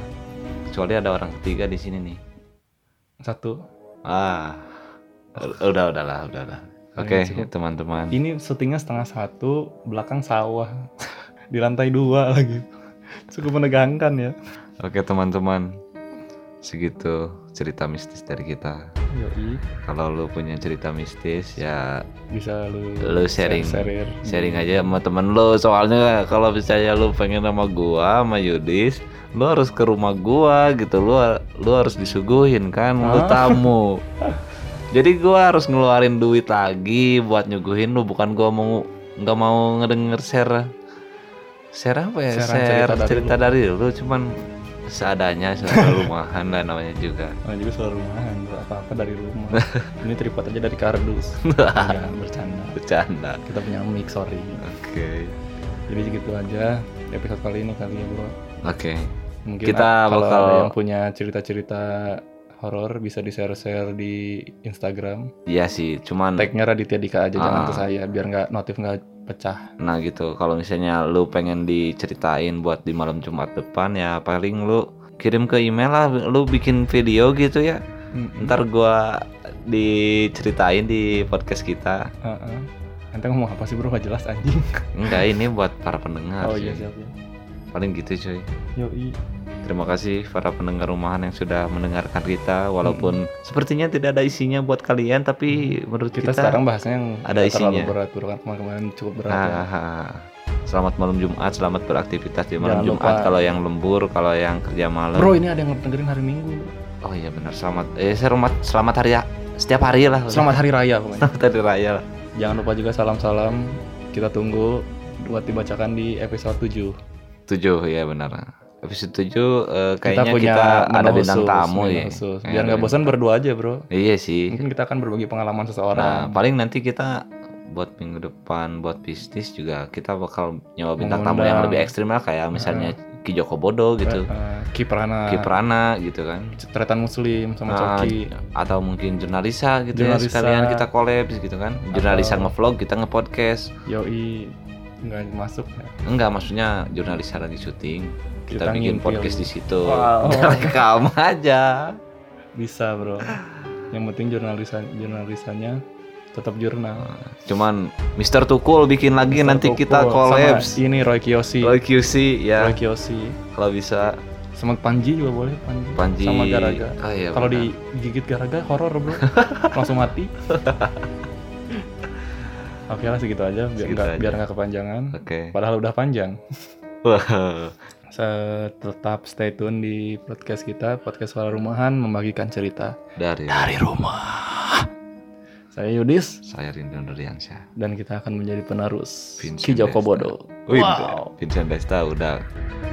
A: Kecuali ada orang ketiga di sini nih.
B: Satu
A: Ah. u- Udah udahlah, udahlah. Oke,
B: Kayaknya cukup.
A: teman-teman.
B: ini syutingnya setengah satu belakang sawah di lantai dua lagi cukup menegangkan ya
A: Oke, teman-teman. Segitu cerita mistis dari kita.
B: Yoi,
A: Kalau lu punya cerita mistis ya
B: bisa lu
A: Lu sharing.
B: share,
A: sharing aja sama temen lu. Soalnya kalau misalnya lu pengen sama gua, sama Yudis, lu harus ke rumah gua gitu. Lu lu harus disuguhin kan, lu
B: Ah.
A: tamu. Jadi gua harus ngeluarin duit lagi buat nyuguhin lu, bukan gua mau nggak mau ngedenger share share apa ya?
B: Sharean
A: Share,
B: cerita dari
A: cerita dari, lu cuman seadanya, seadanya rumahan lah namanya juga.
B: Nah, juga suara rumahan apa apa dari rumah ini tripod aja dari kardus Enggak, bercanda
A: Bercanda.
B: kita punya mic sorry
A: Oke.
B: jadi gitu aja episode kali ini kali ya bro
A: Oke.
B: mungkin
A: Kita
B: a- kalau
A: bakal-
B: ada yang punya cerita-cerita horor bisa di share share di Instagram
A: Iya sih, cuman
B: tagnya Raditya Dika aja jangan
A: Ah.
B: ke saya biar nggak notif nggak pecah
A: Nah gitu, kalau misalnya lu pengen diceritain buat di malam Jumat depan ya paling lu kirim ke email lah, lu bikin video gitu ya. Ntar gua diceritain di podcast kita.
B: Heeh. Ente ngomong apa sih bro? Gak jelas anjing.
A: Enggak, ini buat para pendengar.
B: Oh
A: sih.
B: iya siap ya.
A: Paling gitu cuy.
B: Yoi.
A: Terima kasih para pendengar rumahan yang sudah mendengarkan kita walaupun sepertinya tidak ada isinya buat kalian tapi menurut
B: Hmm. Kita,
A: kita,
B: sekarang bahasnya yang
A: ada
B: nggak terlalu
A: isinya.
B: berat bro kan kemarin cukup berat. ya.
A: Ah, ah, ah. Selamat malam Jumat, selamat beraktivitas di malam
B: Jangan
A: Jumat.
B: lupa.
A: Kalau yang lembur, kalau yang kerja malam.
B: Bro ini ada yang dengerin hari Minggu. bro.
A: Oh iya benar selamat eh selamat selamat hari ya setiap hari lah
B: Selamat hari raya pokoknya.
A: selamat hari raya lah.
B: Jangan lupa juga salam-salam. Kita tunggu buat dibacakan di episode 7.
A: tujuh ya benar episode tujuh eh,
B: Kita
A: kayaknya kita,
B: punya
A: ada
B: menu
A: bintang
B: khusus,
A: tamu
B: menu
A: ya
B: khusus.
A: Kayaknya
B: Biar
A: ada
B: nggak
A: bintang-
B: bosan berdua aja bro.
A: iya sih
B: Mungkin kita akan berbagi pengalaman
A: nah
B: seseorang.
A: paling nanti kita buat minggu depan buat bisnis juga kita bakal nyawa bintang tamu
B: Mengundang.
A: yang lebih ekstrim lah kayak misalnya Ki Joko Bodo gitu
B: Eh, Ki Prana.
A: Ki Prana gitu kan
B: Tretan Muslim sama
A: Nah,
B: Coki.
A: atau mungkin jurnalisa gitu ya
B: Jurnalisa.
A: sekalian kita collab gitu kan jurnalisa
B: Atau-
A: ngevlog kita ngepodcast
B: Yoi. Nggak masuk ya.
A: Enggak, maksudnya jurnalis lagi syuting, kita,
B: Kita
A: bikin
B: ngintil.
A: podcast di situ.
B: Wow.
A: Rekam aja.
B: Bisa bro. yang penting jurnalisan jurnalisannya tetap jurnal
A: Cuman Mister Tukul bikin lagi nanti
B: Tukul.
A: kita
B: Sama
A: collabs.
B: ini Roy Kiyoshi
A: Roy QC ya
B: Roy Kiyoshi
A: kalau bisa
B: sama Panji juga boleh Panji,
A: Panji
B: sama Garaga
A: Ah, iya,
B: kalau
A: benar.
B: digigit Garaga horor bro langsung mati oke lah segitu aja biar
A: Segitu aja.
B: nggak biar nggak kepanjangan
A: Oke.
B: padahal udah panjang
A: Wah.
B: Se- tetap stay tune di podcast kita podcast suara rumahan membagikan cerita
A: Dari
B: dari rumah saya Yudis
A: saya Rindu Nurdiansyah.
B: dan kita akan menjadi penerus
A: Vincent Desta.
B: Kijoko Bodo
A: Wih,
B: Wow.
A: Vincent Desta udah